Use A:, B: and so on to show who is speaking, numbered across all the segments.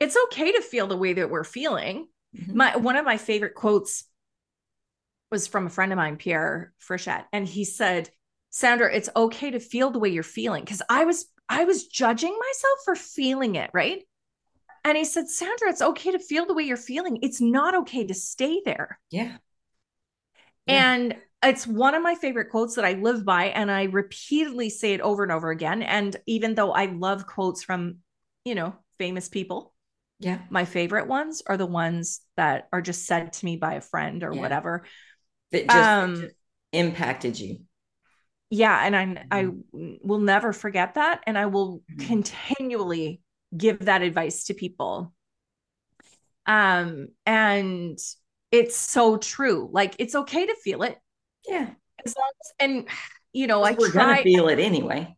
A: it's okay to feel the way that we're feeling.
B: Mhm.
A: My one of my favorite quotes was from a friend of mine, Pierre Frischette, and he said, "Sandra, it's okay to feel the way you're feeling." Because I was I was judging myself for feeling it, right? And he said, "Sandra, it's okay to feel the way you're feeling. It's not okay to stay there."
B: Yeah. Yeah.
A: And it's one of my favorite quotes that I live by. And I repeatedly say it over and over again. And even though I love quotes from, you know, famous people,
B: Yeah.
A: my favorite ones are the ones that are just said to me by a friend or
B: Yeah.
A: whatever.
B: That just, that
A: Um,
B: just impacted you.
A: Yeah. And I'm, I
B: Mm-hmm.
A: will never forget that. And I will
B: Mhm.
A: continually give that advice to people. Um, and it's so true. Like it's okay to feel it
B: Yeah.
A: as long as, and you know, I
B: we're
A: try,
B: gonna feel it anyway.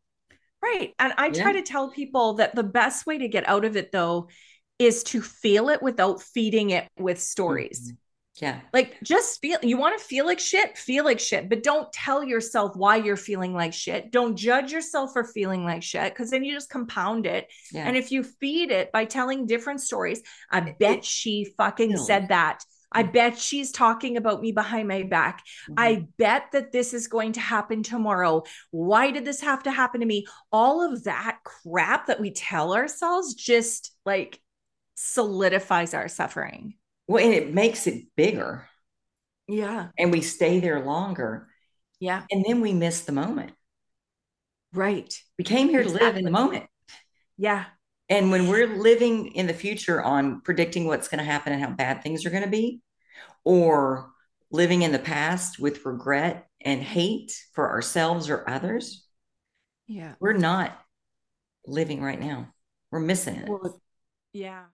A: Right. And I try
B: Yeah.
A: to tell people that the best way to get out of it, though, is to feel it without feeding it with stories.
B: Mhm. Yeah.
A: Like, just feel you want to feel like shit, feel like shit, but don't tell yourself why you're feeling like shit. Don't judge yourself for feeling like shit because then you just compound it.
B: Yeah.
A: And if you feed it by telling different stories, I bet she fucking
B: No.
A: said that. I
B: Yeah.
A: bet she's talking about me behind my back.
B: Mm-hmm.
A: I bet that this is going to happen tomorrow. Why did this have to happen to me? All of that crap that we tell ourselves just like solidifies our suffering.
B: well, and it makes it bigger
A: Yeah.
B: and we stay there longer
A: Yeah.
B: and then we miss the moment.
A: Right.
B: We came here to live in
A: Exactly.
B: the moment.
A: Yeah.
B: And when we're living in the future on predicting what's going to happen and how bad things are going to be, or living in the past with regret and hate for ourselves or others,
A: Yeah.
B: we're not living right now. We're missing it.
A: Well, yeah.